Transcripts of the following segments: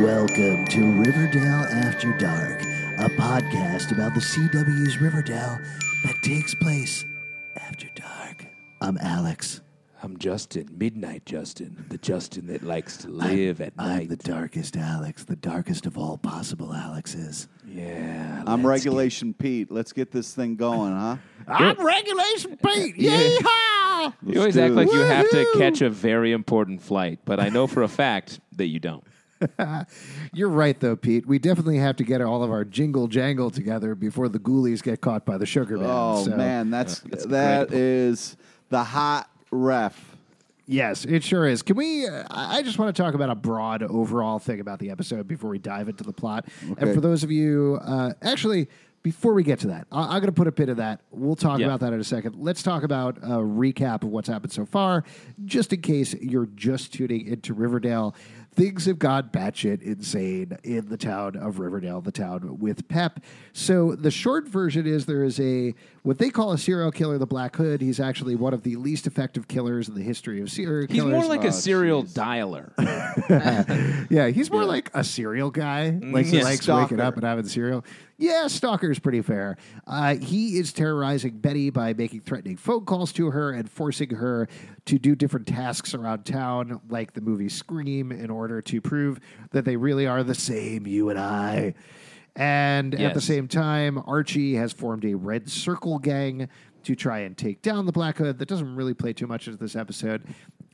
Welcome to Riverdale After Dark, a podcast about the CW's Riverdale that takes place after dark. I'm Alex. I'm Justin, Midnight Justin, the Justin that likes to live at I'm night. the darkest Alex, the darkest of all possible Alexes. yeah, I'm let's get- Regulation Pete. Let's get this thing going, huh? I'm Regulation Pete. Yeehaw! Let's You always do act it. like you have to Woohoo! catch a very important flight, but I know for a fact that you don't. You're right, though, Pete. We definitely have to get all of our jingle jangle together before the ghoulies get caught by the sugar man. Oh So, man, uh, that's that is the hot ref. Yes, it sure is. Can we? Uh, I I just want to talk about a broad overall thing about the episode before we dive into the plot. Okay. And for those of you, uh, actually, before we get to that, I- I'm going to put a pin in that. We'll talk Yeah. about that in a second. Let's talk about a recap of what's happened so far, just in case you're just tuning into Riverdale. Things have gone batshit insane in the town of Riverdale, the town with Pep. So the short version is there is a what they call a serial killer, the Black Hood. He's actually one of the least effective killers in the history of serial He's killers. more like a serial dialer. Yeah, he's more like a cereal guy. Like he yeah. likes waking Stalker. up and having cereal. Yeah, stalker's pretty fair. Uh, he is terrorizing Betty by making threatening phone calls to her and forcing her to do different tasks around town, like the movie Scream, in order to prove that they really are the same, you and I. And at the Yes. same time, Archie has formed a red circle gang to try and take down the Black Hood. That doesn't really play too much into this episode.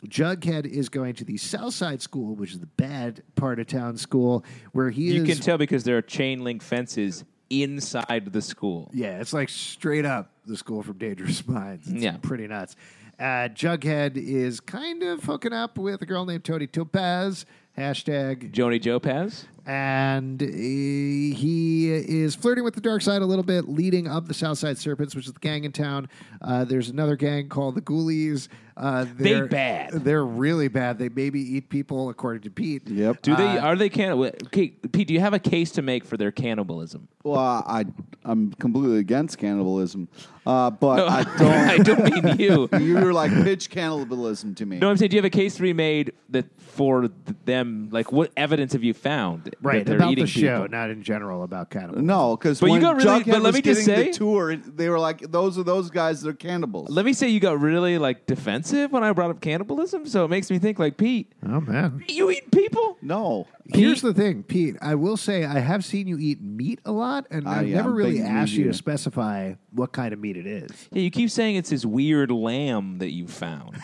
Jughead is going to the Southside School, which is the bad part of town school, where he you is. can tell because there are chain link fences inside the school. Yeah, it's like straight up the school from Dangerous Minds. It's Yeah. pretty nuts. Uh, Jughead is kind of hooking up with a girl named Tony Topaz. Hashtag Joni Jopaz? and uh, he is flirting with the dark side a little bit, leading up the Southside Serpents, which is the gang in town. Uh, there's another gang called the Ghoulies. Uh, They they're- bad. They're really bad. They maybe eat people, according to Pete. Yep. Do they are they cannibal? Okay, Pete, do you have a case to make for their cannibalism? Well, I I'm completely against cannibalism, uh, but I I don't. don't mean you. you were like pitch cannibalism to me. No, I'm saying, do you have a case to be made that for th- them? Like, what evidence have you found that Right they're about eating the show, people? not in general about cannibalism. No, because But you when got really- Jughead but let was me just getting the say- tour, they were like, "Those are those guys. They're cannibals." Let me say, you got really like defensive when I brought up cannibalism, so it makes me think, like, Pete, Oh man. you eat people? no, Here's the thing, Pete. I will say I have seen you eat meat a lot, and Ah, I've yeah, never I'm really big meat asked you eater. to specify what kind of meat it is. Yeah, you keep saying it's this weird lamb that you found.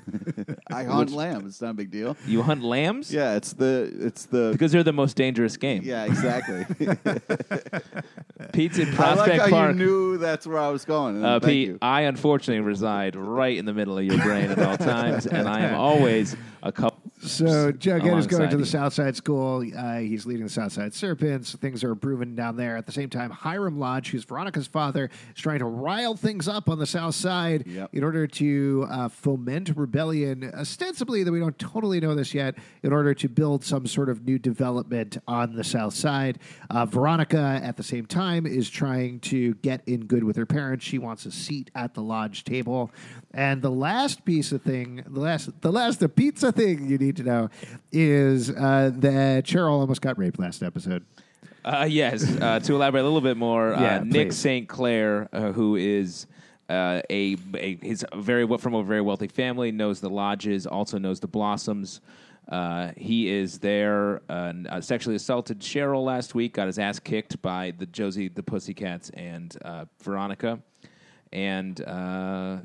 I hunt lamb. It's not a big deal. you hunt lambs? Yeah, it's the it's the Because they're the most dangerous game. yeah exactly. Pete's in I Prospect like how Park. you knew that's where I was going. uh, Thank Pete, you. I unfortunately reside right in the middle of your brain at all times, and I am always a couple. So Jughead is going alongside to the you. Southside School. Uh, he's leading the Southside Serpents. Things are improving down there. At the same time, Hiram Lodge, who's Veronica's father, is trying to rile things up on the South Side Yep. in order to uh, foment rebellion, ostensibly, that we don't totally know this yet, in order to build some sort of new development on the South Side. Uh, Veronica, at the same time, is trying to get in good with her parents. She wants a seat at the lodge table. And the last piece of thing, the last, the last, the pizza thing you need to know is uh, that Cheryl almost got raped last episode. Uh, yes, uh, to elaborate a little bit more, Yeah, uh, Nick please. St. Clair, uh, who is uh, a, a he's a very we- from a very wealthy family, knows the lodges, also knows the Blossoms. Uh, he is there. Uh, n- uh, sexually assaulted Cheryl last week. Got his ass kicked by the Josie the Pussycats and uh, Veronica. And uh,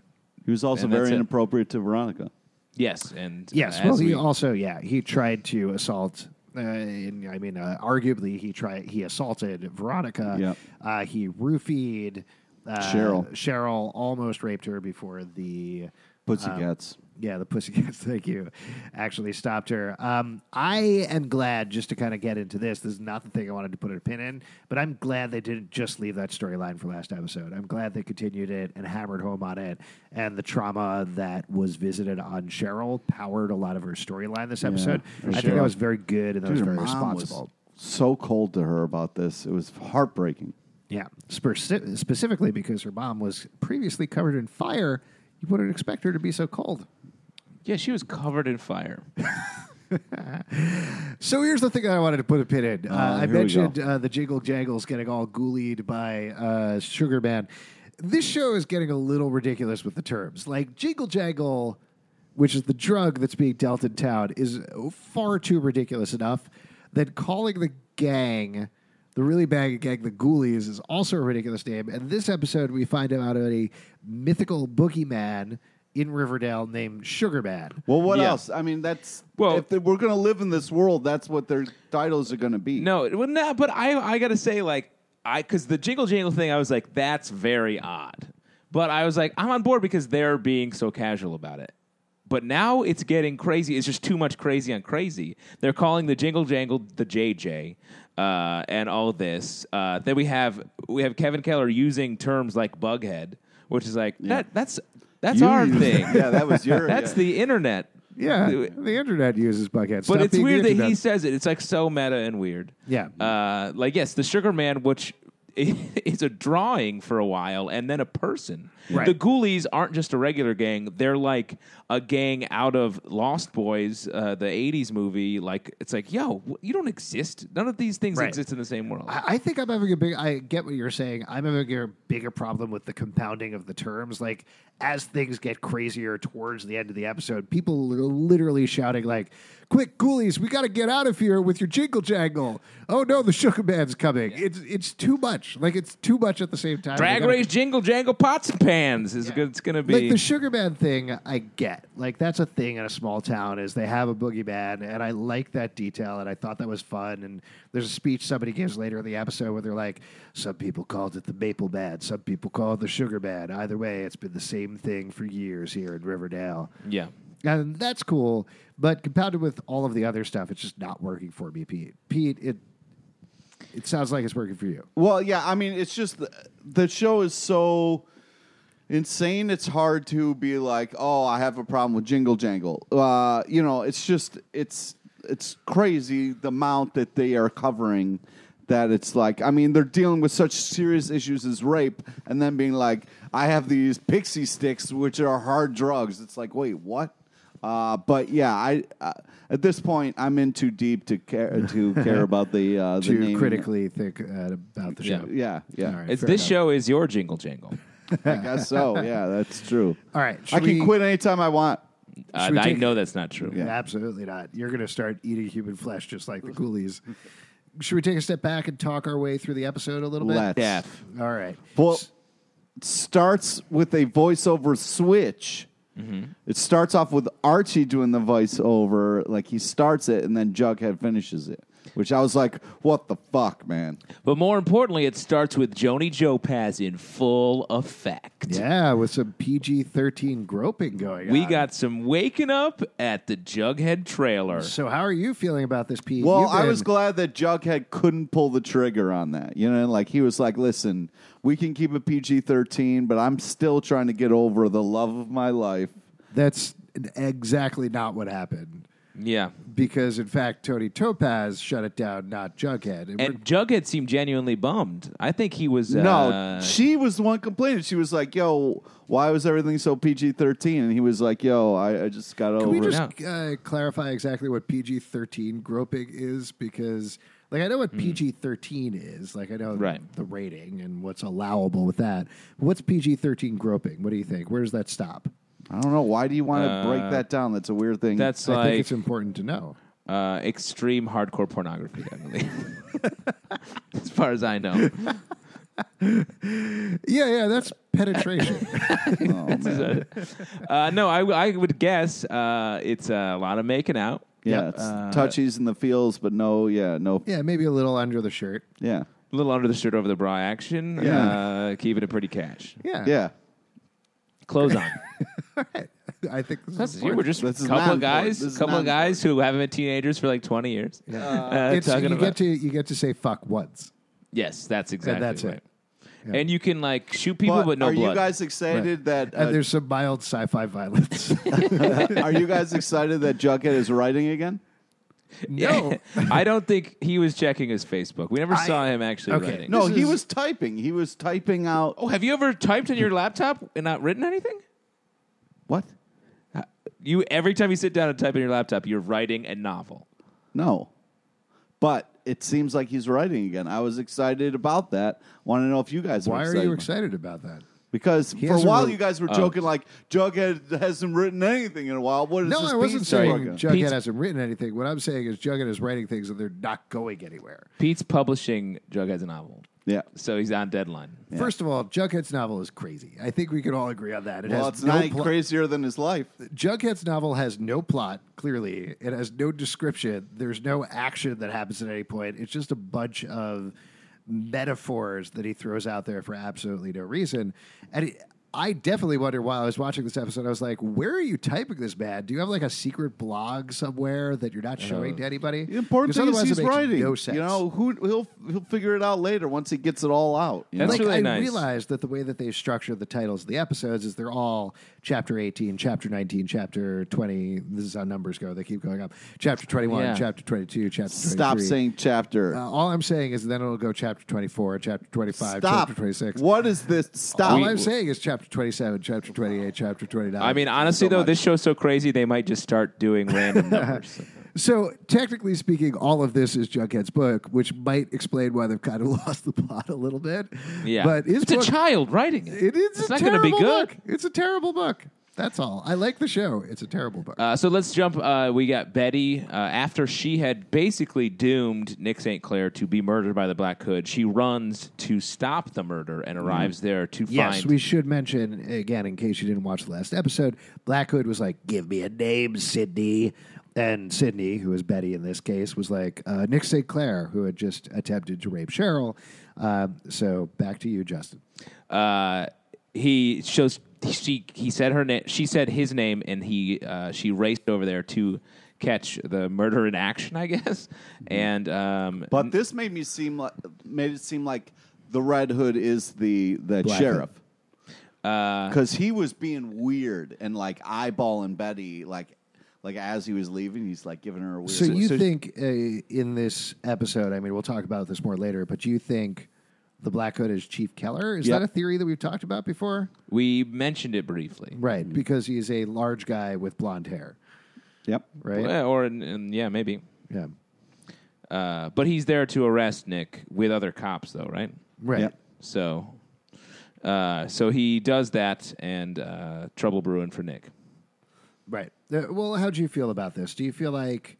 He was also And that's very it. inappropriate to Veronica. yes, and Yes, uh, well, as he we- also yeah he tried to assault. Uh, and, I mean, uh, arguably he tried he assaulted Veronica. Yep. Uh, he roofied uh, Cheryl. Cheryl almost raped her before the Pussycats. Yeah, the Pussycats, thank you, actually stopped her. Um, I am glad, just to kind of get into this, this is not the thing I wanted to put a pin in, but I'm glad they didn't just leave that storyline for last episode. I'm glad they continued it and hammered home on it. And the trauma that was visited on Cheryl powered a lot of her storyline this episode. I think that was very good and that was Dude, her very mom was responsible. so cold to her about this. It was heartbreaking. Yeah, Speci- specifically because her mom was previously covered in fire. You wouldn't expect her to be so cold. Yeah, she was covered in fire. So here's the thing that I wanted to put a pin in. Uh, I here we go. mentioned uh, the Jiggle Jaggles getting all ghoulied by uh, Sugar Man. This show is getting a little ridiculous with the terms. Like Jiggle Jaggle, which is the drug that's being dealt in town, is far too ridiculous enough that calling the gang, the really bad gang, the Ghoulies, is also a ridiculous name. And this episode, we find out about a mythical boogeyman in Riverdale named Sugar Man. Well, what Yeah. else? I mean, that's Well- if they, we're going to live in this world, that's what their titles are going to be. No, well, no, but I, I gotta say, like, I, cause the jingle jangle thing, I was like, that's very odd. But I was like, I'm on board because they're being so casual about it. But now it's getting crazy. It's just too much crazy on crazy. They're calling the jingle jangle the JJ, uh, and all this. Uh, then we have we have Kevin Keller using terms like bughead, which is like that. That's that's You our used- thing. yeah, that was your. That's yeah. the internet. Yeah, the internet uses Buckhead. But it's weird that he says it. It's like so meta and weird. Yeah. Uh, like yes, the Sugar Man, which is a drawing for a while, and then a person. Right. The Ghoulies aren't just a regular gang; they're like a gang out of Lost Boys, uh, the '80s movie. Like it's like, yo, wh- you don't exist. None of these things Right. exist in the same world. I I think I'm having a big. I get what you're saying. I'm having a bigger problem with the compounding of the terms. Like as things get crazier towards the end of the episode, people are literally shouting like, "Quick, ghoulies, we got to get out of here with your jingle jangle!" Oh no, the sugar man's coming. It's it's too much. Like it's too much at the same time. They Drag gotta- race, jingle jangle, pots and pans is good. It's gonna be Like the sugar man thing, I get. Like that's a thing in a small town is they have a boogeyman, and I like that detail, and I thought that was fun. And there's a speech somebody gives later in the episode where they're like, "Some people called it the maple man, some people call it the sugar man. Either way, it's been the same thing for years here in Riverdale." yeah. And that's cool, but compounded with all of the other stuff, it's just not working for me, Pete. Pete, it it sounds like it's working for you. Well, yeah, I mean, it's just the, the show is so insane. It's hard to be like, oh, I have a problem with Jingle Jangle. Uh, you know, it's just it's it's crazy the amount that they are covering. That it's like, I mean, they're dealing with such serious issues as rape, and then being like, I have these pixie sticks, which are hard drugs. It's like, wait, what? Uh, but yeah, I uh, at this point, I'm in too deep to care to care about the uh, the To name. critically think uh, about the Yeah. show. Yeah, yeah. All right. It's, fair this enough. show is your jingle jangle. I guess so. Yeah, that's true. All right, I should can we- quit anytime I want. Uh, we I take- know that's not true. Yeah. Absolutely not. You're going to start eating human flesh just like the ghoulies. Should we take a step back and talk our way through the episode a little bit? Let's. Deaf. All right. Well, it starts with a voiceover switch. Mm-hmm. It starts off with Archie doing the voiceover, like he starts it, and then Jughead finishes it. Which I was like, "What the fuck, man?" But more importantly, it starts with Joni Jopaz in full effect. Yeah, with some PG 13 groping going on. We got some waking up at the Jughead trailer. So, how are you feeling about this, Pete? Well, You've I been- was glad that Jughead couldn't pull the trigger on that. You know, like he was like, "Listen, we can keep it PG thirteen, but I'm still trying to get over the love of my life." That's exactly not what happened. Yeah. Because, in fact, Tony Topaz shut it down, not Jughead. And we're- And Jughead seemed genuinely bummed. I think he was. No, uh, she was the one complaining. She was like, "Yo, why was everything so PG 13 And he was like, "Yo, I, I just got Can over." we it." just uh, clarify exactly what PG thirteen groping is? Because like I know what PG thirteen is. Like I know Mm-hmm. Right. the rating and what's allowable with that. But what's PG thirteen groping? What do you think? Where does that stop? I don't know. Why do you want to break that down? That's a weird thing. that's I think like it's important to know. uh, extreme hardcore pornography, I believe. as far as I know. Yeah, yeah, that's penetration. Uh, no, I, I would guess uh, it's a lot of making out. uh, yeah, it's touchies in the fields, but no, yeah, no, yeah, yeah, maybe a little under the shirt. yeah, A little under the shirt, over the bra action. Yeah. Uh, keeping it pretty cash. Yeah, yeah. Clothes on. I think this That's- is you were important. just This a is couple not of guys, important. This is couple of not guys who haven't been teenagers for like twenty years. Yeah. Uh, It's- talking you about get to you get to say fuck once. yes, that's exactly that's it. right. And you can like shoot people, but, no are blood. you guys excited that? And uh, there's some mild sci-fi violence. are you guys excited that Jughead is writing again? no. I don't think he was checking his Facebook. We never I- saw him actually okay. writing. No, This he is- was typing. He was typing out Oh, have you ever typed in your laptop and not written anything? what? You every time you sit down and type in your laptop, you're writing a novel. No, but it seems like he's writing again. I was excited about that. Want to know if you guys Why are excited you excited about that? Because for a hasn't while wrote- you guys were joking like Jughead hasn't written anything in a while. What is No, this I wasn't piece saying you're working on? Jughead Pete's- hasn't written anything. What I'm saying is Jughead is writing things and they're not going anywhere. Pete's publishing Jughead's novel, yeah. so he's on deadline. First of all, Jughead's novel is crazy. I think we can all agree on that. It Well, has it's no not pl- crazier than his life. Jughead's novel has no plot, clearly. It has no description. There's no action that happens at any point. It's just a bunch of metaphors that he throws out there for absolutely no reason. And it, I definitely wonder while I was watching this episode, I was like, where are you typing this, man? Do you have like a secret blog somewhere that you're not showing to anybody? Uh, The important Because thing is otherwise it he's makes writing. No sense. You know, who he'll he'll figure it out later once he gets it all out. you That's know? like really I nice. realized that the way that they structure the titles of the episodes is they're all chapter 18, chapter 19, chapter 20. This is how numbers go. They keep going up. Chapter 21, Yeah. chapter 22, chapter Stop 23. saying chapter. Uh, all I'm saying is then it'll go chapter 24, chapter 25, Stop. chapter 26. What is this? Stop. all I'm saying is chapter 27, chapter 28, chapter 29. I mean, honestly so though, much. this show's so crazy they might just start doing random numbers. So technically speaking, all of this is Jughead's book, which might explain why they've kind of lost the plot a little bit. Yeah, but his it's book, a child writing it. It is. It's a not going to be terrible good. book. It's a terrible book. That's all. I like the show. It's a terrible book. Uh, so let's jump. Uh, we got Betty. Uh, after she had basically doomed Nick St. Clair to be murdered by the Black Hood, she runs to stop the murder and arrives there to Mm-hmm. yes, find. we should mention again in case you didn't watch the last episode. Black Hood was like, "Give me a name, Sydney." And Sydney, who is Betty in this case, was like uh, Nick St. Clair, who had just attempted to rape Cheryl. Um, so back to you, Justin. uh, he shows. She he said her name. She said his name, and he uh, she raced over there to catch the murder in action. I guess. Mm-hmm. And um, But this made me seem like made it seem like the Red Hood is the the Black sheriff. Uh, Because he was being weird and like eyeballing Betty, like like as he was leaving, he's like giving her a weird. So you think uh, in this episode? I mean, we'll talk about this more later. But you think the Black Hood is Chief Keller? Is Yep. that a theory that we've talked about before? we mentioned it briefly. Right, because he's a large guy with blonde hair, Yep. right? Yeah, or and, yeah, maybe. Yeah. Uh, but he's there to arrest Nick with other cops, though, right? Right. Yep. So, uh, so he does that, and uh, trouble brewing for Nick. Right. Uh, well, how do you feel about this? Do you feel like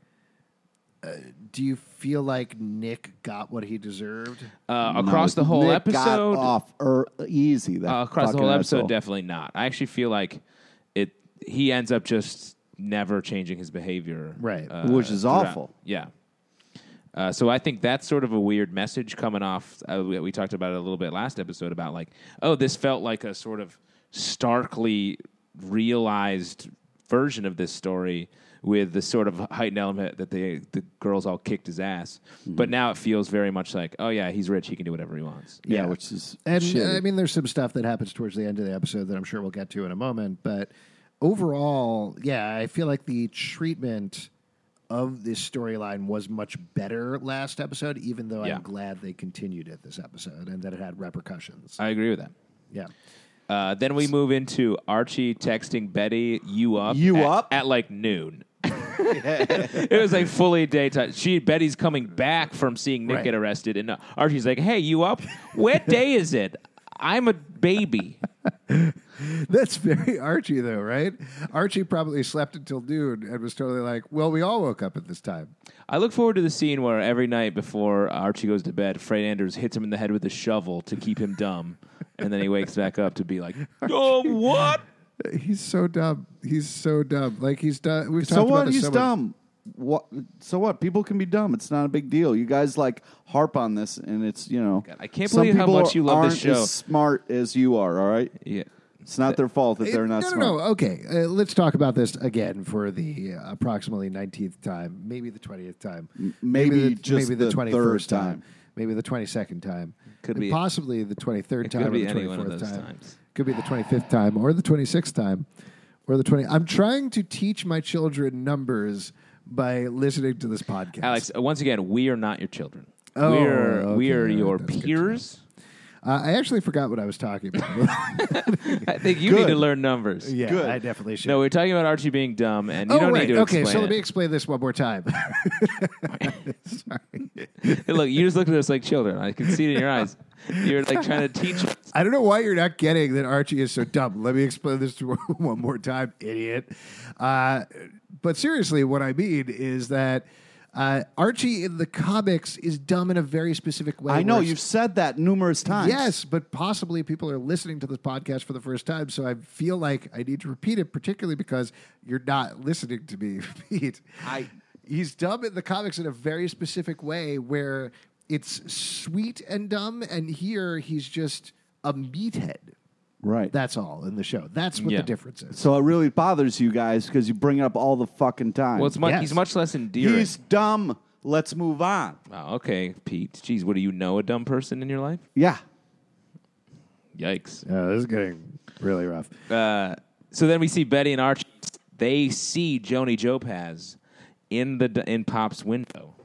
uh, do you feel like Nick got what he deserved? Uh, across the whole Nick got episode, off er, easy. That uh, across the fucking whole episode, asshole. definitely not. I actually feel like it. He ends up just never changing his behavior, uh, Right. Which is throughout. awful. Yeah. Uh, so I think that's sort of a weird message coming off. Uh, we, we talked about it a little bit last episode about like, oh, this felt like a sort of starkly realized version of this story with the sort of heightened element that they the girls all kicked his ass. Hmm. But now it feels very much like, oh yeah, he's rich, he can do whatever he wants. yeah, which is And shitty. uh, I mean, there's some stuff that happens towards the end of the episode that I'm sure we'll get to in a moment. But overall, yeah, I feel like the treatment of this storyline was much better last episode, even though Yeah. I'm glad they continued it this episode and that it had repercussions. I agree with that. yeah. Uh, then we move into Archie texting Betty, "You up? You at- up? at like noon." it was like fully daytime. She Betty's coming back from seeing Nick Right. get arrested, and uh, Archie's like, "Hey, you up? what day is it? I'm a baby." That's very Archie, though, right? Archie probably slept until noon and was totally like, well, we all woke up at this time. I look forward to the scene where every night before Archie goes to bed, Fred Anders hits him in the head with a shovel to keep him dumb, and then he wakes back up to be like, "Oh, what?" He's so dumb. He's so dumb. Like, he's done. We've So talked what? about this He's so much. dumb. What? So what? People can be dumb. It's not a big deal. You guys like harp on this, and it's you know. I can't some believe how people much you love this aren't show. As smart as you are, all right. Yeah. It's not their fault that they're It- not no, smart. No, no, okay. Uh, let's talk about this again for the uh, approximately 19th time, maybe the 20th time, maybe just the third time. maybe the 22nd time, Could and be- possibly the 23rd It time, could or be the 24th any one of those time. times. Could be the 25th time, or the 26th time, or the 20. I'm trying to teach my children numbers by listening to this podcast. Alex, uh, once again, we are not your children. Oh, we're okay, we are all right, your that's good to peers. uh, I actually forgot what I was talking about. I think you need to learn numbers. yeah, Good. I definitely should. No, we are talking about Archie being dumb, and you oh, don't right. need to okay, so explain let me it. explain this one more time. Sorry. Look, you just looked at us like children. I can see it in your eyes. You're like trying to teach us. I don't know why you're not getting that Archie is so dumb. Let me explain this to one more time, idiot. Uh, but seriously, what I mean is that uh, Archie in the comics is dumb in a very specific way. I know where it's- you've said that numerous times. Yes, but possibly people are listening to this podcast for the first time, so I feel like I need to repeat it, particularly because you're not listening to me repeat. I- he's dumb in the comics in a very specific way where it's sweet and dumb, and here he's just a meathead. right. That's all in the show. That's what Yeah. the difference is. so it really bothers you guys because you bring it up all the fucking time. Well, it's much, Yes. he's much less endearing. He's dumb. Let's move on. Wow, Oh, okay, Pete. Jeez, what do you know? A dumb person in your life? Yeah. Yikes. this is getting really rough. Uh, so then we see Betty and Archie. They see Joni Jopaz in the in Pop's window.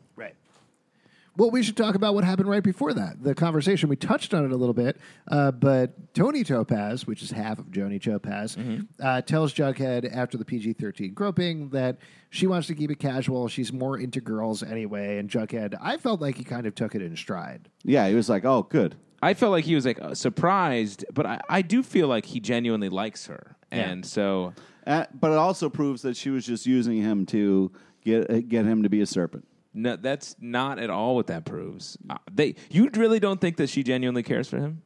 Well, we should talk about what happened right before that. The conversation we touched on it a little bit, uh, but Tony Topaz, which is half of Joni Topaz, uh, tells Jughead after the PG thirteen groping that she wants to keep it casual. She's more into girls anyway, and Jughead, I felt like he kind of took it in stride. Yeah. He was like, oh, good. I felt like he was like uh, surprised, but I, I do feel like he genuinely likes her, and so Uh, but it also proves that she was just using him to get uh, get him to be a serpent. no, that's not at all what that proves. Uh, they you really don't think that she genuinely cares for him?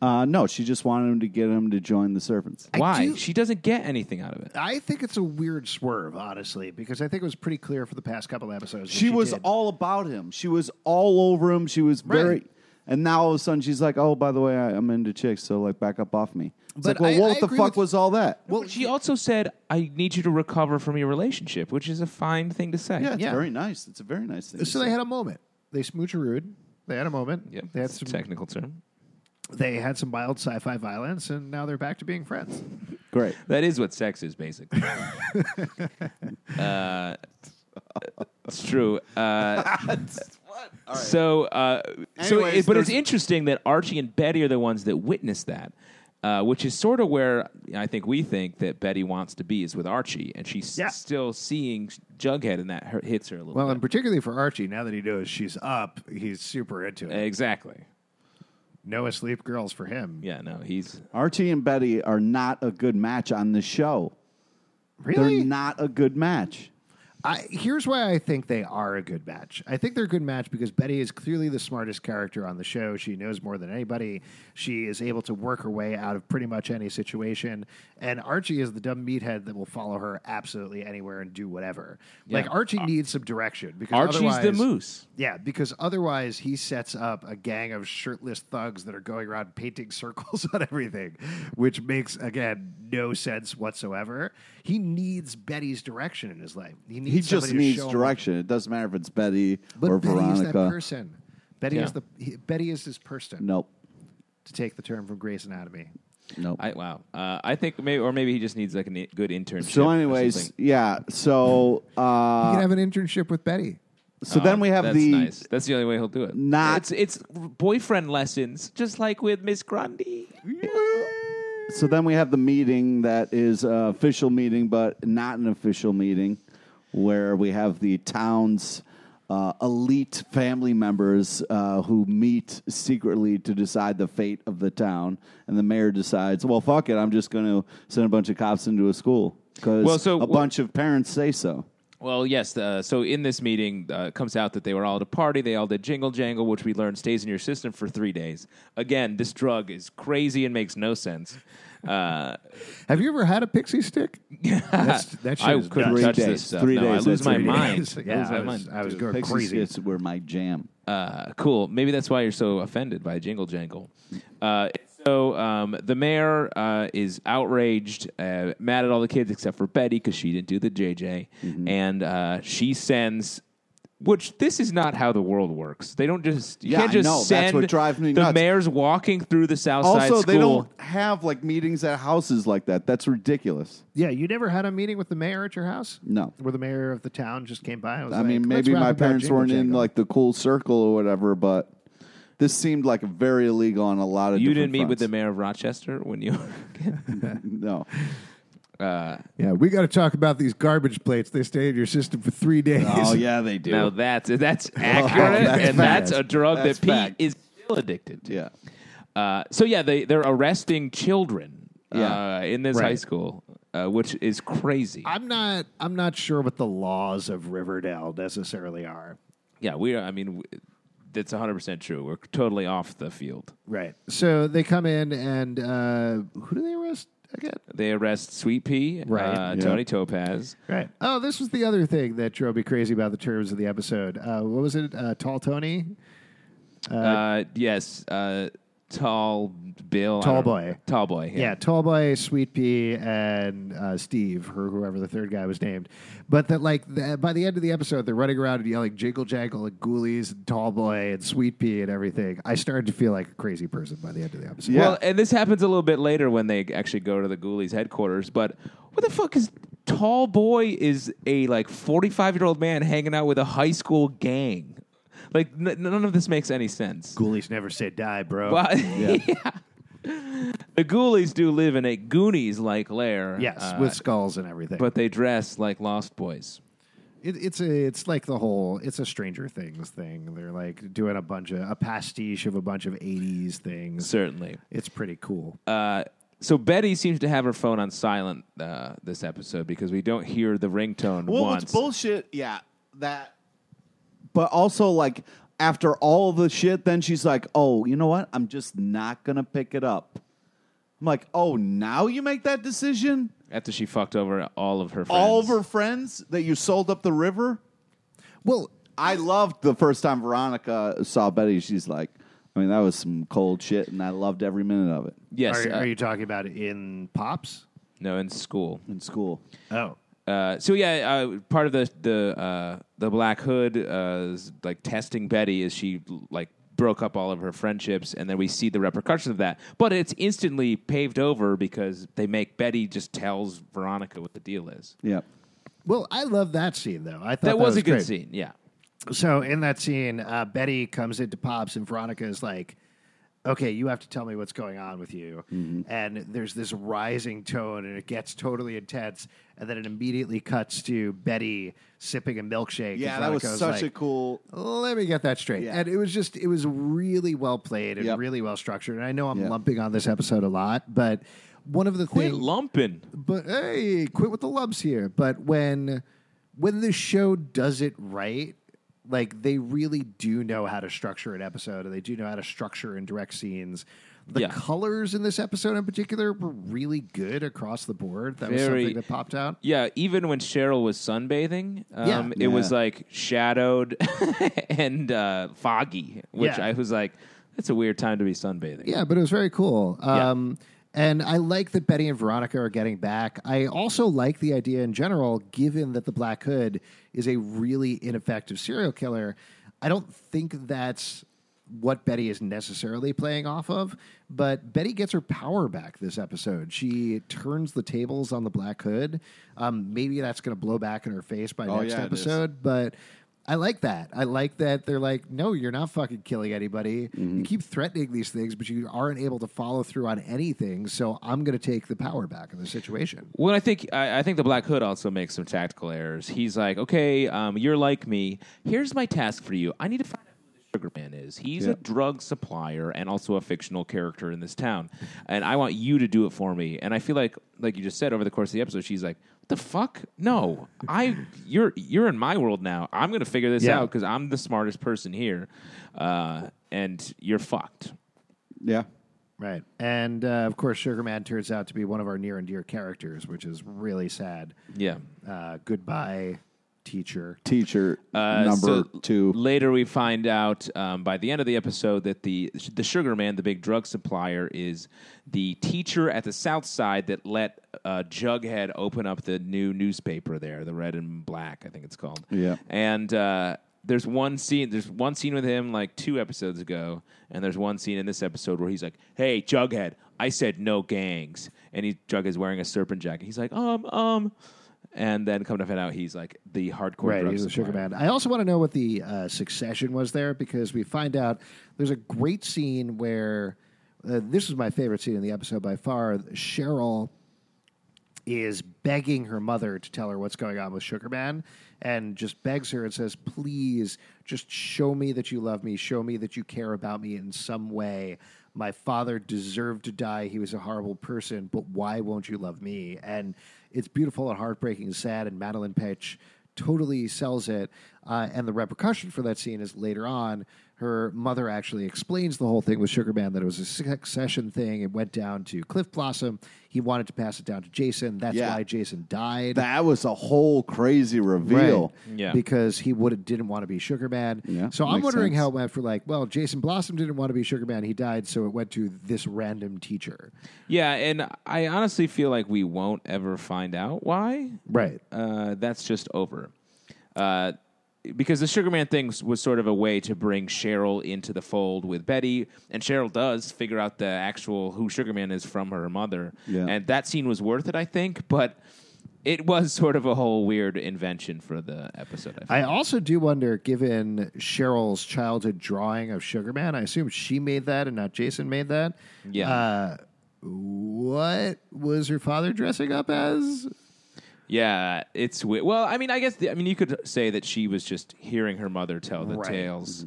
Uh, no, she just wanted him to get him to join the serpents. Why? do- She doesn't get anything out of it. I think it's a weird swerve, honestly, because I think it was pretty clear for the past couple episodes. that She was did. all about him. She was all over him. She was very. Right. And now all of a sudden she's like, "Oh, by the way, I, I'm into chicks, so like back up off me." It's But like, well, I- what I the agree fuck with- was all that? Well, she also said, "I need you to recover from your relationship," which is a fine thing to say. Yeah, it's Yeah. very nice. It's a very nice thing. to So say. they had a moment. They smoocherooed. They had a moment. Yep. They had That's a some technical term. they had some wild sci-fi violence, and now they're back to being friends. Great. That is what sex is, basically. uh, it's true. Uh, So, uh, so Anyways, it, but it's there's- interesting that Archie and Betty are the ones that witness that, uh, which is sort of where I think we think that Betty wants to be is with Archie, and she's Yeah. still seeing Jughead, and that hurt, hits her a little. Well, bit. and particularly for Archie, now that he knows she's up, he's super into it. exactly. No asleep girls for him. Yeah, no, he's Archie and Betty are not a good match on the show. They're not a good match. I, here's why I think they are a good match. I think they're a good match because Betty is clearly the smartest character on the show. She knows more than anybody. She is able to work her way out of pretty much any situation. And Archie is the dumb meathead that will follow her absolutely anywhere and do whatever. Like Archie needs some direction because Uh, Archie's the otherwise- moose. Yeah, because otherwise he sets up a gang of shirtless thugs that are going around painting circles on everything, which makes again no sense whatsoever. He needs Betty's direction in his life. He needs He just somebody to needs show him- direction. It doesn't matter if it's Betty But or Betty is that Veronica. person. Betty is the he, Betty is his person. Nope. To take the term from Grey's Anatomy. Nope. I wow. Uh, I think maybe, or maybe he just needs like a good internship. so, or anyways, something. yeah. So, You uh, can have an internship with Betty. so then we have Oh, that's the nice. That's the only way he'll do it. Not- it's it's boyfriend lessons, just like with Miss Grundy. so then we have the meeting that is a official meeting, but not an official meeting, where we have the town's uh, elite family members uh, who meet secretly to decide the fate of the town, and the mayor decides, well, fuck it, I'm just going to send a bunch of cops into a school because Well, so a what- bunch of parents say so. Well, yes. Uh, so in this meeting, uh, it comes out that they were all at a party. They all did jingle jangle, which we learned stays in your system for three days. Again, this drug is crazy and makes no sense. Uh, Have you ever had a pixie stick? That's, that shit I is couldn't nuts. touch days. this stuff. Three no, I days, lose that's my three mind. days. Yeah, I lose my I was- mind. I was going Pixie crazy. sticks were my jam. Uh, cool. Maybe that's why you're so offended by Jingle Jangle. Uh, so um, the mayor uh, is outraged, uh, mad at all the kids except for Betty because she didn't do the JJ, Mm-hmm. and uh, she sends. Which this is not how the world works. They don't just you Yeah, can't I just know. That's send what drives me the nuts. mayor's walking through the south side Also, school. they don't have like meetings at houses like that. That's ridiculous. Yeah, you never had a meeting with the mayor at your house? No. Where the mayor of the town just came by. and was I like, mean, "Let's maybe rap my about parents Jingle weren't in Jangle." like the cool circle or whatever, but this seemed like very illegal on a lot of. you different didn't meet with the fronts. mayor of Rochester when you were No, Yeah, we got to talk about these garbage plates. They stay in your system for three days. oh yeah, they do. No, that's that's accurate, that's and that's a fact. drug That's that Pete fact. is still addicted to. Yeah, Uh, so yeah, they they're arresting children Yeah. uh, in this high school, uh, which is crazy. I'm not. I'm not sure what the laws of Riverdale necessarily are. yeah, we. are I mean, w that's 100 percent true. We're totally off the field. Right. So they come in and uh, who do they arrest again? They arrest Sweet Pea, Right. uh, Tony Topaz. Right. Oh, this was the other thing that drove me crazy about the terms of the episode. Uh, what was it? Uh, Tall Tony, Uh, yes, uh, Tall Bill, I Tall don't- Boy. Tall Boy. Yeah, Tall Boy, Sweet Pea, and uh, Steve, or whoever the third guy was named. But that, like, the, by the end of the episode, they're running around and yelling Jingle Jangle and Ghoulies and Tall Boy and Sweet Pea and everything. I started to feel like a crazy person by the end of the episode. Yeah. Well, and this happens a little bit later when they actually go to the Ghoulies headquarters. But what the fuck is tall boy is a like forty five year old man hanging out with a high school gang? Like n- none of this makes any sense. Ghoulies never say die, bro. Well, yeah. The Ghoulies do live in a Goonies like lair. yes, uh, with skulls and everything. but they dress like Lost Boys. It, it's a, it's like the whole it's a Stranger Things thing. They're like doing a bunch of a pastiche of a bunch of '80s things. Certainly. it's pretty cool. Uh, so Betty seems to have her phone on silent uh, this episode because we don't hear the ringtone well, once. it's bullshit. Yeah, that. But also, like after all the shit, then she's like, "Oh, you know what? I'm just not gonna pick it up." I'm like, "Oh, now you make that decision? After she fucked over all of her friends. All of her friends that you sold up the river." Well, I loved the first time Veronica saw Betty. She's like, I mean, that was some cold shit, and I loved every minute of it Yes. are, uh, are you talking about in pops? No, in school. in school. Oh, Uh, so yeah, uh, part of the the uh, the Black Hood uh, is, like testing Betty is she like broke up all of her friendships, and then we see the repercussions of that. But it's instantly paved over because they make Betty just tells Veronica what the deal is. Yeah. well, I love that scene though. I thought that, That, was, a good great. scene. Yeah. So in that scene, uh, Betty comes into Pops and Veronica is like, "Okay, you have to tell me what's going on with you." Mm-hmm. And there's this rising tone, and it gets totally intense, and then it immediately cuts to Betty sipping a milkshake. and Yeah, that was Veronica's such like, a cool. Let me get that straight. Yeah. And it was just, it was really well played and Yep. really well structured. And I know I'm Yeah. lumping on this episode a lot, but one of the Quit things lumping. but hey, quit with the lumps here. But when when the show does it right, like they really do know how to structure an episode, and they do know how to structure and direct scenes. The Yeah. colors in this episode in particular were really good across the board. That was Very- something that popped out. Yeah, even when Cheryl was sunbathing, um, Yeah. it was Yeah. like shadowed and uh, foggy, which Yeah. I was like, that's a weird time to be sunbathing. Yeah, but it was very cool. Um, And I like that Betty and Veronica are getting back. I also like the idea in general, given that the Black Hood is a really ineffective serial killer. I don't think that's what Betty is necessarily playing off of, but Betty gets her power back this episode. She turns the tables on the Black Hood. Um, maybe that's going to blow back in her face by next Oh, yeah, it is. episode episode, but I like that. I like that they're like, no, you're not fucking killing anybody. Mm-hmm. You keep threatening these things, but you aren't able to follow through on anything. So I'm going to take the power back in the situation. Well, I think I, I think the Black Hood also makes some tactical errors. He's like, okay, um, you're like me. Here's my task for you. I need to find out who the Sugar Man is. He's a drug supplier and also a fictional character in this town, and I want you to do it for me. And I feel like, like you just said, over the course of the episode, she's like, what the fuck? No, I you're you're in my world now. I'm gonna figure this Yeah. out because I'm the smartest person here, uh, and you're fucked. Yeah. Right. And uh, of course, Sugar Man turns out to be one of our near and dear characters, which is really sad. Yeah. Uh, goodbye, teacher. Teacher Uh, number so two. Later, we find out um, by the end of the episode that the the Sugar Man, the big drug supplier, is the teacher at the South Side that let uh, Jughead open up the new newspaper there, the Red and Black, I think it's called. Yeah. And uh, there's one scene. There's one scene with him like two episodes ago, and there's one scene in this episode where he's like, "Hey, Jughead, I said no gangs," and he Jughead's wearing a serpent jacket. He's like, um, um. And then come to find out, he's like the hardcore Right, drug he's a sugar supplier. man. I also want to know what the uh, succession was there because we find out there's a great scene where uh, this is my favorite scene in the episode by far. Cheryl is begging her mother to tell her what's going on with Sugar Man and just begs her and says, Please, just show me that you love me. Show me that you care about me in some way. My father deserved to die. He was a horrible person, but why won't you love me? And it's beautiful and heartbreaking and sad. And Madeline Petch totally sells it. Uh, and the repercussion for that scene is later on, her mother actually explains the whole thing with Sugar Man that it was a succession thing. It went down to Cliff Blossom. He wanted to pass it down to Jason. That's Yeah. why Jason died. That was a whole crazy reveal. Yeah. Because he would have didn't want to be Sugar Man. Yeah, so I'm makes wondering sense. how it went for like, well, Jason Blossom didn't want to be Sugar Man. He died, so it went to this random teacher. Yeah, and I honestly feel like we won't ever find out why. Right. Uh, that's just over. Uh, because the Sugar Man thing s- was sort of a way to bring Cheryl into the fold with Betty, and Cheryl does figure out the actual who Sugar Man is from her mother, Yeah. and that scene was worth it, I think. But it was sort of a whole weird invention for the episode. I think. I also do wonder, given Cheryl's childhood drawing of Sugar Man, I assume she made that and not Jason made that. Yeah. Uh, what was her father dressing up as? Yeah, it's weird. Well, I mean, I guess the, I mean you could say that she was just hearing her mother tell the Right. tales,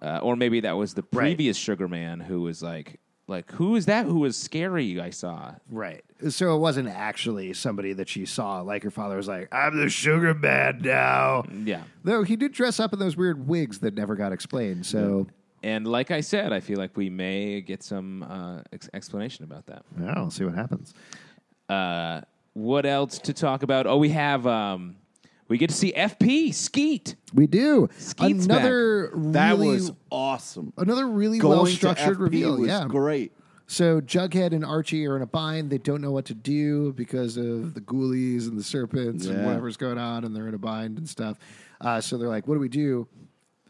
uh, or maybe that was the previous Sugar Man who was like, like who is that who was scary I saw? Right. So it wasn't actually somebody that she saw. Like her father was like, I'm the Sugar Man now. Yeah, Though he did dress up in those weird wigs that never got explained. So, and like I said, I feel like we may get some uh, ex- explanation about that. yeah, we'll see what happens. Uh, what else to talk about? Oh, we have um, we get to see FP Skeet. We do. Skeet's another really, That was awesome. another really Going well structured to FP reveal. was yeah. great. So Jughead and Archie are in a bind. They don't know what to do because of the ghoulies and the serpents and Yeah. whatever's going on, and they're in a bind and stuff. Uh, so they're like, "What do we do?"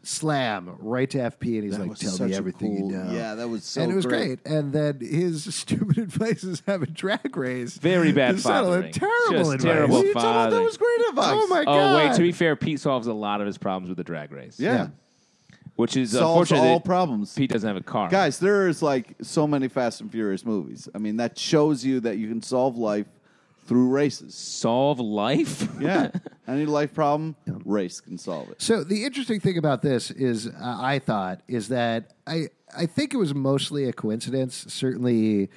Slam right to FP, and he's like, was "Tell such me a everything cool- you know." yeah, that was so and it was great. great. And then his stupid advice is have a drag race. Very bad to settle fathering. it. Terrible Just advice. terrible. What are you talking about? That Father. was great advice. Oh my Oh god! wait, to be fair, Pete solves a lot of his problems with the drag race. Yeah. which is Solves unfortunate. all that problems. Pete doesn't have a car. Guys, there is like so many Fast and Furious movies. I mean, that shows you that you can solve life through races. solve life. Yeah. Any life problem, race can solve it. So the interesting thing about this is, uh, I thought, is that I I think it was mostly a coincidence. Certainly,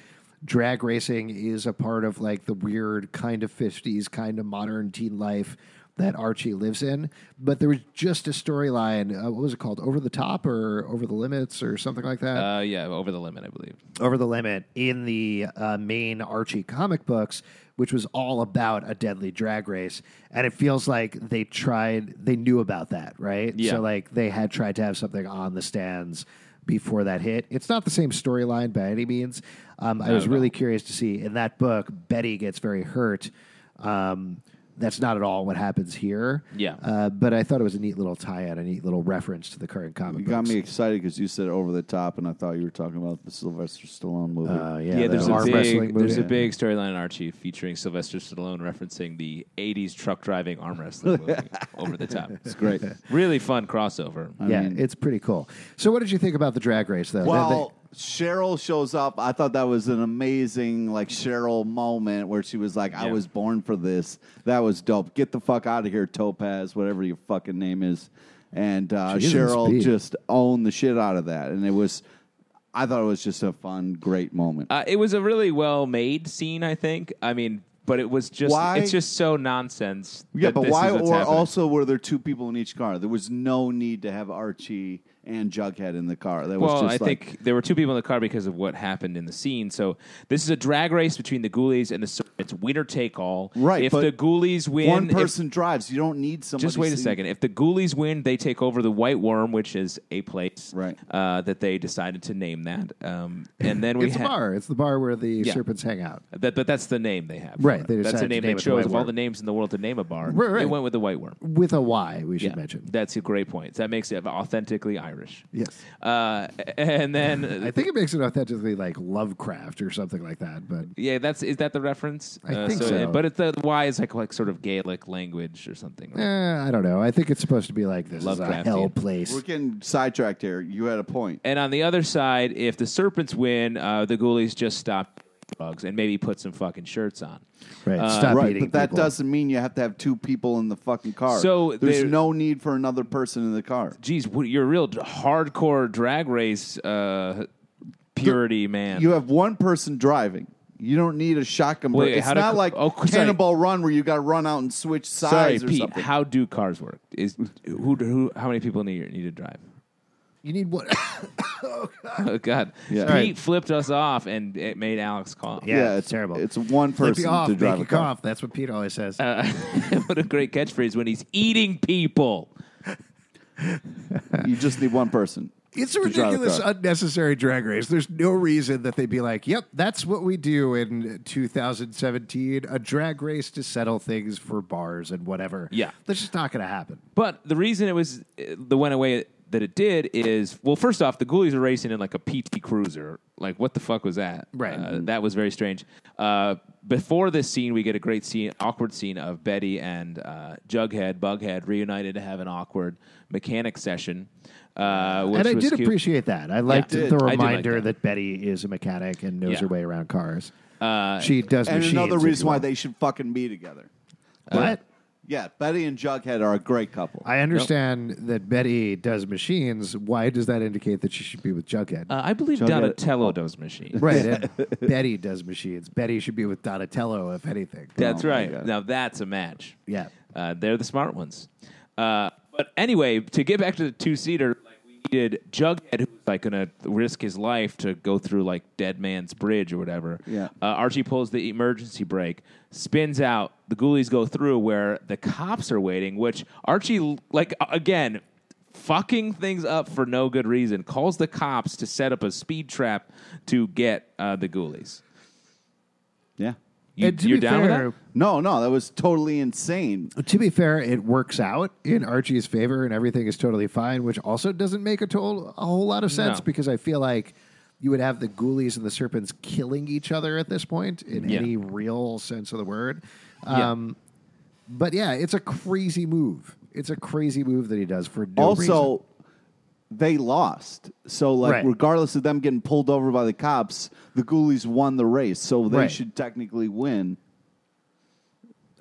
drag racing is a part of like the weird kind of fifties kind of modern teen life that Archie lives in. But there was just a storyline. Uh, what was it called? Over the top or over the limits or something like that Uh, yeah, over the limit, I believe. over the limit in the uh, main Archie comic books, which was all about a deadly drag race. And it feels like they tried, they knew about that, right? Yeah. So, like, they had tried to have something on the stands before that hit. It's not the same storyline by any means. Um, I was really curious to see in that book, Betty gets very hurt. Um, that's not at all what happens here. Yeah. Uh, but I thought it was a neat little tie in a neat little reference to the current comic You got books. me excited because you said over the top, and I thought you were talking about the Sylvester Stallone movie. Uh, Yeah, the there's, a arm wrestling big, movie. there's a big storyline in Archie featuring Sylvester Stallone referencing the 80s truck driving arm wrestling movie over the top. It's Great. Really fun crossover. yeah, it's pretty cool. So, what did you think about the drag race, though? Well, Cheryl shows up. I thought that was an amazing like Cheryl moment where she was like, "I Yeah. was born for this." That was dope. Get the fuck out of here, Topaz, whatever your fucking name is. And uh, She is in Cheryl Speed. just owned the shit out of that, and it was. I thought it was just a fun, great moment. Uh, it was a really well made scene, I think. I mean, but it was just Why- it's just so nonsense. yeah, that but this why? is what's Or happening. also, were there two people in each car? There was no need to have Archie and Jughead in the car. That was Well, I just like, think there were two people in the car because of what happened in the scene. So this is a drag race between the Ghoulies and the Ser- It's winner take all. Right, If but the Ghoulies win, one if- person drives. You don't need somebody. just wait a sitting- second. If the Ghoulies win, they take over the White Worm, which is a place Right. uh, that they decided to name that. Um, and then we it's a ha- bar. It's the bar where the serpents hang out. That, but that's the name they have. Right, for it. they that's the decided to name name they it the chose. White of all Worm. the names in the world to name a bar, Right, right. they went with the White Worm. With a Y, we should mention. That's a great point. That makes it authentically Irish. Yes. Uh, and then I think it makes it authentically like Lovecraft or something like that. But Yeah, that's is that the reference? Uh, I think so. But it's the why is like like sort of Gaelic language or something. right? eh, I don't know. I think it's supposed to be like this is a Lovecraftian. hell place. We're getting sidetracked here. You had a point. And on the other side, if the serpents win, uh, the ghoulies just stop drugs and maybe put some fucking shirts on. Right. Stop Uh, Right, eating but that people. doesn't mean you have to have two people in the fucking car. So there's there- no need for another person in the car. Geez, what, you're a real hardcore drag race uh, purity man. You have one person driving. You don't need a shotgun. Wait, break. it's how do- not like oh, sorry. Cannonball Run where you got to run out and switch Sorry, sides or Pete. something. How do cars work? Is who, who how many people need need to drive? You need what? Oh God, Pete Sorry. flipped us off and it made Alex cough. Yeah, it's terrible. It's one Flip person you off, to make drive you a car. cough. That's what Pete always says. what a great catchphrase when he's eating people. You just need one person. It's a to drive a ridiculous, car. unnecessary drag race. There's no reason that they'd be like, yep, that's what we do in 2017 a drag race to settle things for bars and whatever. Yeah. That's just not going to happen. But the reason it was uh, the went away that it did is well, first off, the Ghoulies are racing in like a PT Cruiser. Like, what the fuck was that? Right. Uh, that was very strange. Uh, before this scene, we get a great scene, awkward scene of Betty and uh, Jughead, Bughead reunited to have an awkward mechanic session. Uh, which and I was did cute. appreciate that. I liked did. the I did like reminder that. that. Betty is a mechanic and knows Yeah. Uh, her way around cars. she does And machines. another if you reason why will. they should fucking be together. What? Yeah, Betty and Jughead are a great couple. I understand that Betty does machines. Why does that indicate that she should be with Jughead? Uh, I believe Donatello does machine. right. and Betty does machines. Betty should be with Donatello, if anything. That's Oh my right. God. Now that's a match. Yeah. Uh, they're the smart ones. Uh, but anyway, to get back to the two seater, like we needed Jughead, who's like gonna risk his life to go through like Dead Man's Bridge or whatever. Yeah. Uh, Archie pulls the emergency brake, spins out. The ghoulies go through where the cops are waiting, which Archie like a- again. Fucking things up for no good reason. Calls the cops to set up a speed trap to get uh, the ghoulies. yeah. You, And to you're be down fair, with that? No, no, that was totally insane. To be fair, it works out in Archie's favor, and everything is totally fine, which also doesn't make a, total, a whole lot of sense No. because I feel like you would have the ghoulies and the serpents killing each other at this point in Yeah. any real sense of the word. Um, But yeah, it's a crazy move. It's a crazy move that he does for no also, reason. they lost. So, like, Right. regardless of them getting pulled over by the cops, the Ghoulies won the race, so they Right. should technically win.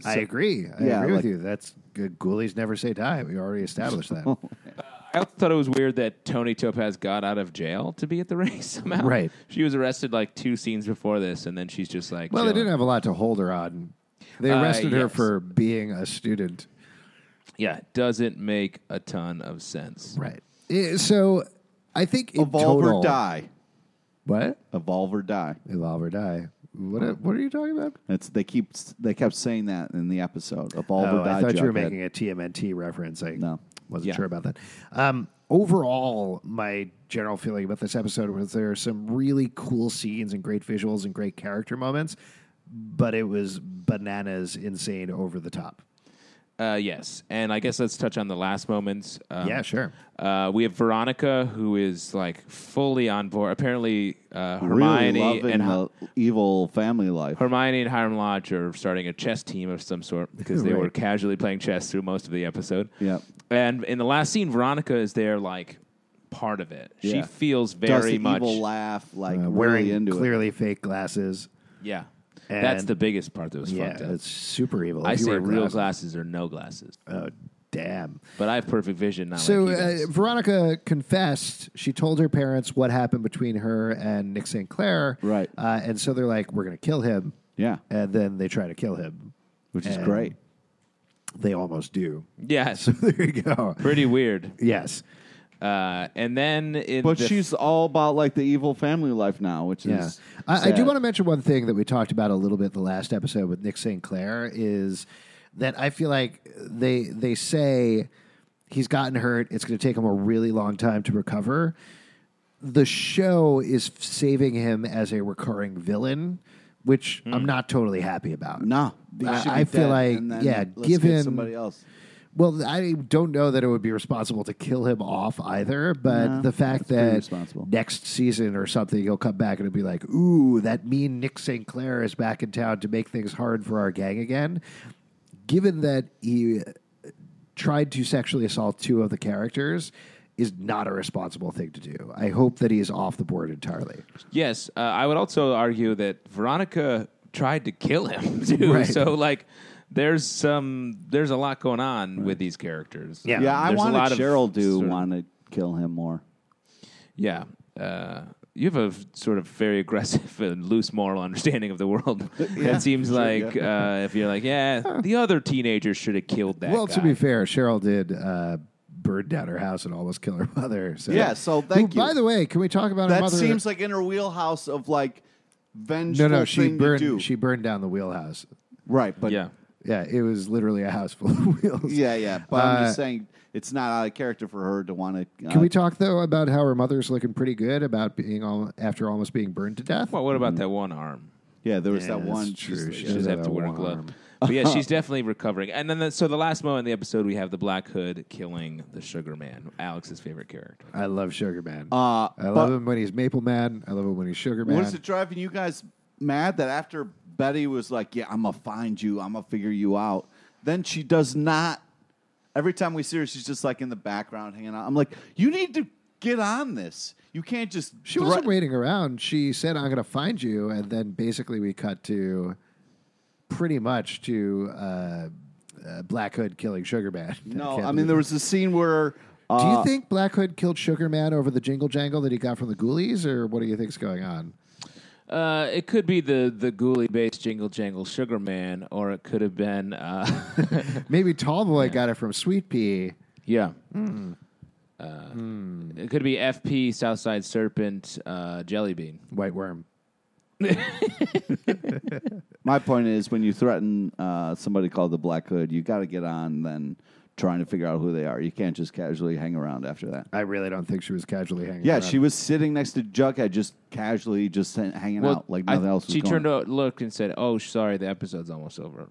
I agree. I Yeah, agree like- with you. That's good. Ghoulies never say die. We already established that. I also thought it was weird that Tony Topaz got out of jail to be at the race somehow. Right. She was arrested like two scenes before this, and then she's just like, well, they chilling. didn't have a lot to hold her on. They Uh, arrested her yes. for being a student. Yeah, it doesn't make a ton of sense. Right. Eh, So I think in Evolve total, or die. What? Evolve or die. Evolve or die. What? What are you talking about? It's they keep they kept saying that in the episode. Evolve Oh, or die. I thought you were Jughead. making a TMNT reference. I No. wasn't Yeah. sure about that. Um, overall, my general feeling about this episode was there are some really cool scenes and great visuals and great character moments, but it was bananas, insane, over the top. Uh, yes, and I guess let's touch on the last moments. Um, yeah, sure. Uh, we have Veronica, who is like fully on board. Apparently, uh, really Hermione loving and the evil family life. Hermione and Hiram Lodge are starting a chess team of some sort because they Right. were casually playing chess through most of the episode. Yep. And in the last scene, Veronica is there, like part of it. She Yeah. feels Does very the much. evil laugh like Uh, wearing really into it. clearly fake glasses. yeah. And- That's the biggest part that was Yeah, fucked up. it's super evil. I If you say wear real glasses- glasses or no glasses, Oh, damn. but I have perfect vision. Not So like you uh, guys. Veronica confessed. She told her parents what happened between her and Nick St. Clair. Right. Uh, and so they're like, "We're going to kill him." Yeah. And then they try to kill him, Which is And great. They almost do. yes, There you go. pretty weird. Yes. Uh, and then in But the she's all about like the evil family life now, which Yeah. is I, I do sad. want to mention one thing that we talked about a little bit the last episode with Nick St. Clair is that I feel like they they say he's gotten hurt. It's going to take him a really long time to recover. The show is f- saving him as a recurring villain, which Hmm. I'm not totally happy about. Nah, you I- should be I feel dead, like, and then yeah, let's get given- somebody else. Well, I don't know that it would be responsible to kill him off either, but No, the fact that's pretty that responsible. next season or something he'll come back and it'll be like, ooh, that mean Nick St. Clair is back in town to make things hard for our gang again. Given that he uh, tried to sexually assault two of the characters is not a responsible thing to do. I hope that he is off the board entirely. Yes, uh, I would also argue that Veronica tried to kill him too. Right. So like, there's some there's a lot going on with these characters. Yeah. Yeah, I There's a wanted lot of Cheryl to sort of- want to kill him more. yeah. Uh, you have a f- sort of very aggressive and loose moral understanding of the world. it seems like uh, if you're like, yeah, the other teenagers should have killed that. well, to guy. be fair, Cheryl did uh, burn down her house and almost kill her mother. So. Yeah, so thank Who, you. By the way, can we talk about her That mother? seems like in her wheelhouse of like vengeful No, no, she thing to do. burned. She burned down the wheelhouse. right, but yeah. Yeah, it was literally a house full of wheels. yeah, yeah. But I'm Uh, just saying it's not out of character for her to want to. Uh, Can we talk though about how her mother's looking pretty good about being all, after almost being burned to death? Well, what about mm-hmm. that one arm? yeah, there was that that's one. true. She she's- She doesn't does have to have wear a one glove. arm. But yeah, she's definitely recovering. And then, the, so the last moment in the episode, we have the Black Hood killing the Sugar Man, Alex's favorite character. I love Sugar Man. Uh, I love but- him when he's Maple Man. I love him when he's Sugar Man. What is it driving you guys mad that after Betty was like, "Yeah, I'm gonna find you. I'm gonna figure you out," then she does not. Every time we see her, she's just like in the background hanging out. I'm like, you need to get on this. You can't just. She threat- wasn't waiting around. She said, "I'm going to find you," and then basically we cut to pretty much to uh, uh, Black Hood killing Sugar Man. No, can't I mean believe there it. was a scene where. Do uh, you think Black Hood killed Sugar Man over the jingle jangle that he got from the Ghoulies, or what do you think's going on? Uh, it could be the, the ghoulie based Jingle Jangle Sugar Man, or it could have been. Uh, Maybe Tallboy got it from Sweet Pea. yeah. Hmm. Uh, It could be FP, Southside Serpent, uh, Jellybean. White Worm. My point is, when you threaten uh, somebody called the Black Hood, you got to get on then trying to figure out who they are. You can't just casually hang around after that. I really don't think she was casually hanging. Yeah, around. she was sitting next to Jughead, just casually, just ha- hanging out like nothing I- else. Was she going turned on. out, looked, and said, Oh, sorry, the episode's almost over.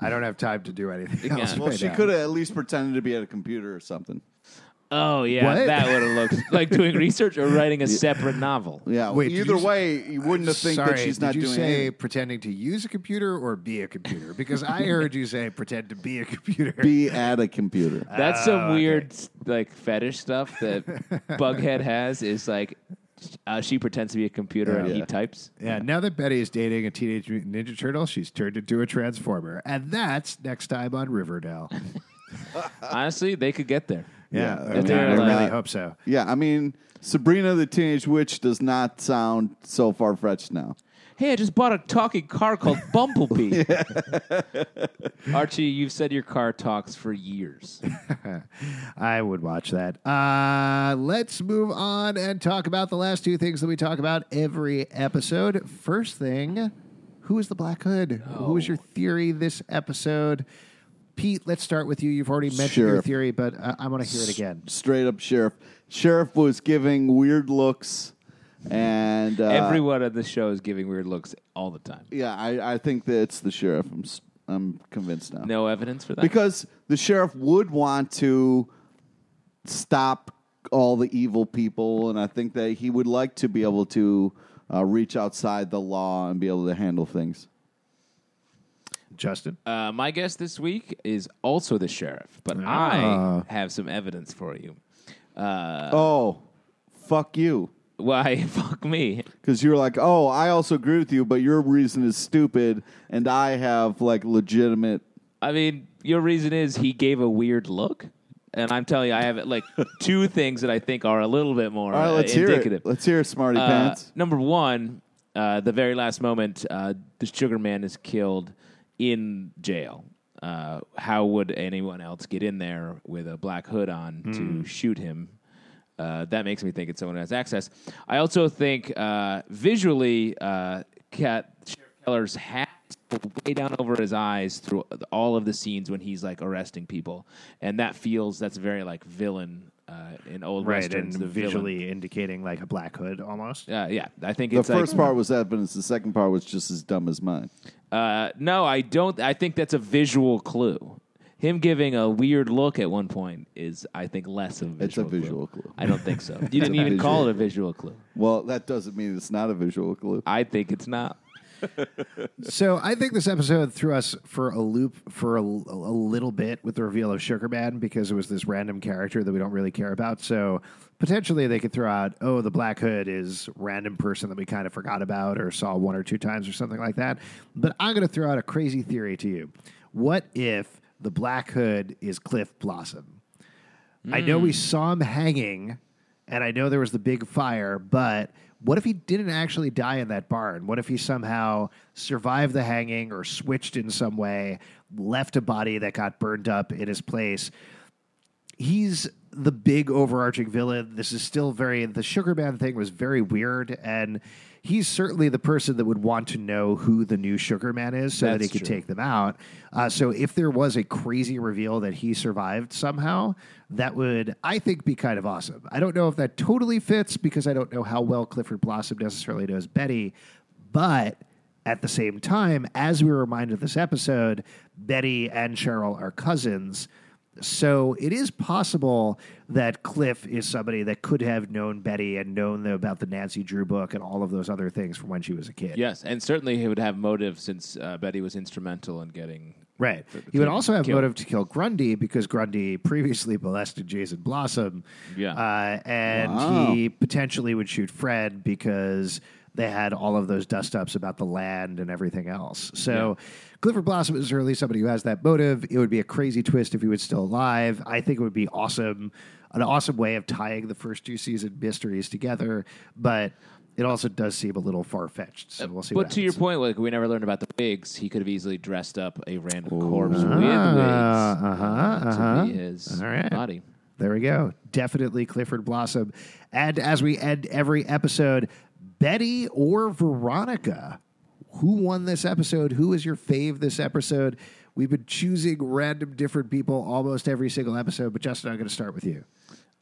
I don't have time to do anything. Yeah. Else Well, right she now. could have at least pretended to be at a computer or something. Oh, yeah. What? That would have looked like doing research or writing a separate novel. Yeah. Wait, did either you- way, you wouldn't have think Sorry, that she's did not you doing say anything. pretending to use a computer or be a computer? Because I heard you say pretend to be a computer. be at a computer. That's Ah, some weird like fetish stuff that Bughead has. Is like uh, she pretends to be a computer and he Yeah. types. yeah. Now that Betty is dating a teenage Mutant ninja turtle, she's turned into a transformer, and that's next time on Riverdale. Uh, Honestly, they could get there. Yeah, I, If mean, they're I allowed. really hope so. yeah, I mean, Sabrina the Teenage Witch does not sound so far fetched now. Hey, I just bought a talking car called Bumblebee. Archie, you've said your car talks for years. Uh, I would watch that. Uh, let's move on and talk about the last two things that we talk about every episode. First thing, who is the Black Hood? Who is your Oh. theory this episode? Pete, let's start with you. You've already mentioned your Sure. theory, but uh, I want to hear it again. Straight up sheriff. Sheriff was giving weird looks, and uh, Everyone on the show is giving weird looks all the time. Yeah, I, I think that it's the sheriff. I'm s- I'm convinced now. No evidence for that. because the sheriff would want to stop all the evil people, and I think that he would like to be able to uh, reach outside the law and be able to handle things. Justin? uh, my guest this week is also the sheriff, but Ah. I have some evidence for you. Uh, oh, fuck you. why? Fuck me. Because you're like, oh, I also agree with you, but your reason is stupid, and I have like legitimate. I mean, your reason is he gave a weird look, and I'm telling you, I have like two things that I think are a little bit more All right, uh, let's hear indicative. it. Let's hear it, smarty Uh, pants. number one, uh, the very last moment, uh, the Sugar Man is killed in jail. uh, how would anyone else get in there with a black hood on to shoot him? Uh, that makes me think it's someone who has access. I also think uh, visually, uh, Cat Sheriff Keller's hat is way down over his eyes through all of the scenes when he's like arresting people, and that feels that's very like villain uh, in old Right, and westerns. the villain. visually indicating like a black hood almost. Uh, yeah, I think The it's first like, part was evidence. The second part was just as dumb as mine. Uh, no, I don't. I think that's a visual clue. Him giving a weird look at one point is, I think, less of a visual. It's a visual clue. I don't think so. You didn't a even call visual. it a visual clue. Well, that doesn't mean it's not a visual clue. I think it's not. So I think this episode threw us for a loop for a, a little bit with the reveal of Sugar Man because it was this random character that we don't really care about. So potentially they could throw out, oh, the Black Hood is random person that we kind of forgot about or saw one or two times or something like that. But I'm going to throw out a crazy theory to you. What if the Black Hood is Cliff Blossom? I know we saw him hanging, and I know there was the big fire, but what if he didn't actually die in that barn? What if he somehow survived the hanging or switched in some way, left a body that got burned up in his place? he's the big overarching villain. This is still very the Sugar Man thing was very weird, and he's certainly the person that would want to know who the new Sugar Man is so that That's he could true. take them out. Uh, so if there was a crazy reveal that he survived somehow, that would I think be kind of awesome. I don't know if that totally fits because I don't know how well Clifford Blossom necessarily knows Betty, but at the same time, as we were reminded this episode, Betty and Cheryl are cousins. So it is possible that Cliff is somebody that could have known Betty and known about the Nancy Drew book and all of those other things from when she was a kid. Yes, and certainly he would have motive since uh, Betty was instrumental in getting. Right. He would also have kill. motive to kill Grundy because Grundy previously molested Jason Blossom. Yeah. Uh, and he potentially would shoot Fred because they had all of those dust ups about the land and everything else. So Clifford Blossom is really somebody who has that motive. It would be a crazy twist if he was still alive. I think it would be awesome, an awesome way of tying the first two season mysteries together. But it also does seem a little far fetched. So we'll see what Uh, But to your happens. point, like we never learned about the wigs. He could have easily dressed up a random corpse with wigs Ah, uh, uh-huh, to uh-huh. be his All right. body. There we go. Definitely Clifford Blossom. And as we end every episode, Betty or Veronica, who won this episode? Who is your fave this episode? We've been choosing random different people almost every single episode, but Justin, I'm going to start with you.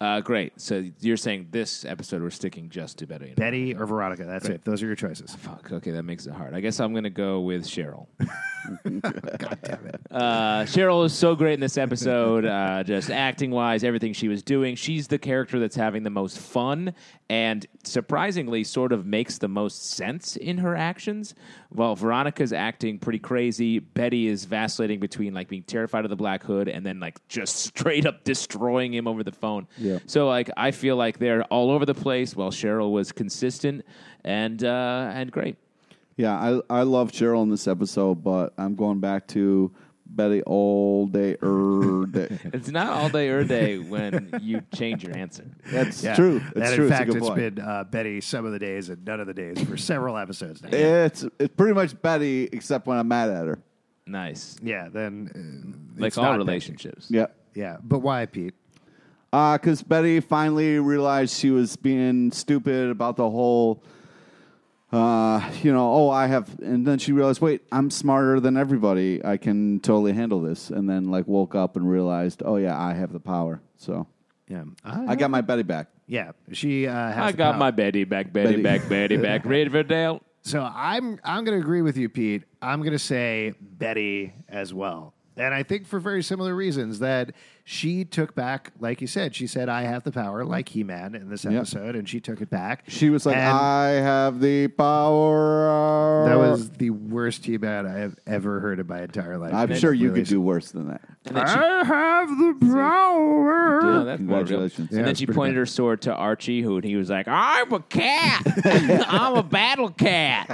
Uh, great. So you're saying this episode we're sticking just to Betty? and- Betty or Veronica, that's it. Those are your choices. Fuck. Okay, that makes it hard. I guess I'm gonna go with Cheryl. God damn it. Uh, Cheryl is so great in this episode, uh, just acting wise, everything she was doing. She's the character that's having the most fun and surprisingly sort of makes the most sense in her actions. While Veronica's acting pretty crazy, Betty is vacillating between like being terrified of the Black Hood and then like just straight up destroying him over the phone. Yeah. So like I feel like they're all over the place while Cheryl was consistent and uh, and great. Yeah, I I love Cheryl in this episode, but I'm going back to Betty all day er day. It's not all day or day when you change your answer. That's Yeah. true. That's and true. in It's a fact, good it's point. been uh, Betty some of the days and none of the days for several episodes now. It's it's pretty much Betty, except when I'm mad at her. Nice. Yeah, then. uh, like it's all not Betty. relationships. Yeah, Yeah, but why, Pete? because Uh, Betty finally realized she was being stupid about the whole. Uh, you know, oh, I have, and then she realized, wait, I'm smarter than everybody. I can totally handle this. And then, like, woke up and realized, oh yeah, I have the power. So Yeah. I got my Betty back. Uh, Yeah, she uh, has I the got power. my Betty back, Betty, Betty. back, Betty back. Riverdale. So I'm I'm going to agree with you, Pete. I'm going to say Betty as well, and I think for very similar reasons that she took back, like you said, she said I have the power, like He Man in this episode, and she took it back. She was like, And I have the power. that was the worst He Man I have ever heard in my entire life. I'm It sure you really could do worse than that. I have the power. Oh, that's more real. Congratulations. Yeah, and then it's she pretty pointed her sword to Archie, who and he was like, "I'm a cat. I'm a battle cat."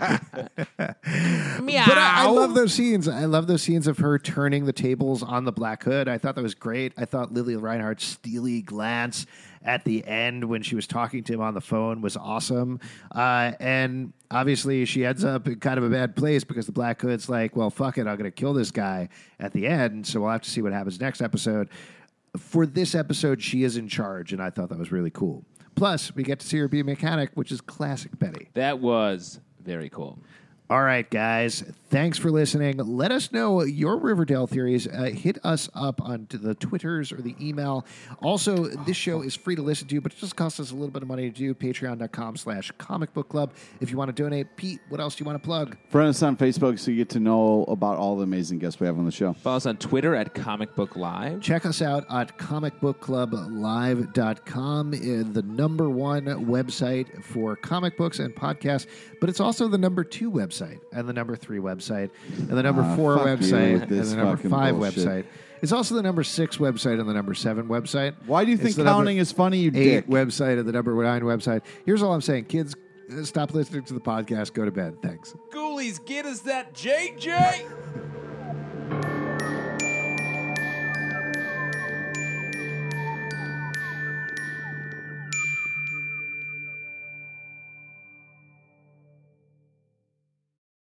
Meow. But I, I love those scenes. I love those scenes of her turning the tables on the Black Hood. I thought that was great. I thought Lily Reinhardt's steely glance at the end when she was talking to him on the phone was awesome. Uh, and obviously, she ends up in kind of a bad place because the Black Hood's like, well, fuck it, I'm going to kill this guy at the end. So we'll have to see what happens next episode. For this episode, she is in charge, and I thought that was really cool. Plus, we get to see her be a mechanic, which is classic Betty. That was very cool. All right, guys. Thanks for listening. Let us know your Riverdale theories. Uh, hit us up on t- the Twitters or the email. Also, this show is free to listen to, but it just costs us a little bit of money to do. Patreon.com slash comic book club. If you want to donate, Pete, what else do you want to plug? Friend us on Facebook so you get to know about all the amazing guests we have on the show. Follow us on Twitter at Comic Book Live. Check us out at comicbookclublive.com, uh, the number one website for comic books and podcasts, but it's also the number two website, and the number three website, and the number Ah, four fuck you website, with and this the number fucking five bullshit. website. It's also the number six website and the number seven website. Why do you It's think the number counting is funny, you eight dick? website and the number nine website? Here's all I'm saying, kids. uh, Stop listening to the podcast. Go to bed. Thanks. Ghoulies, get us that JJ!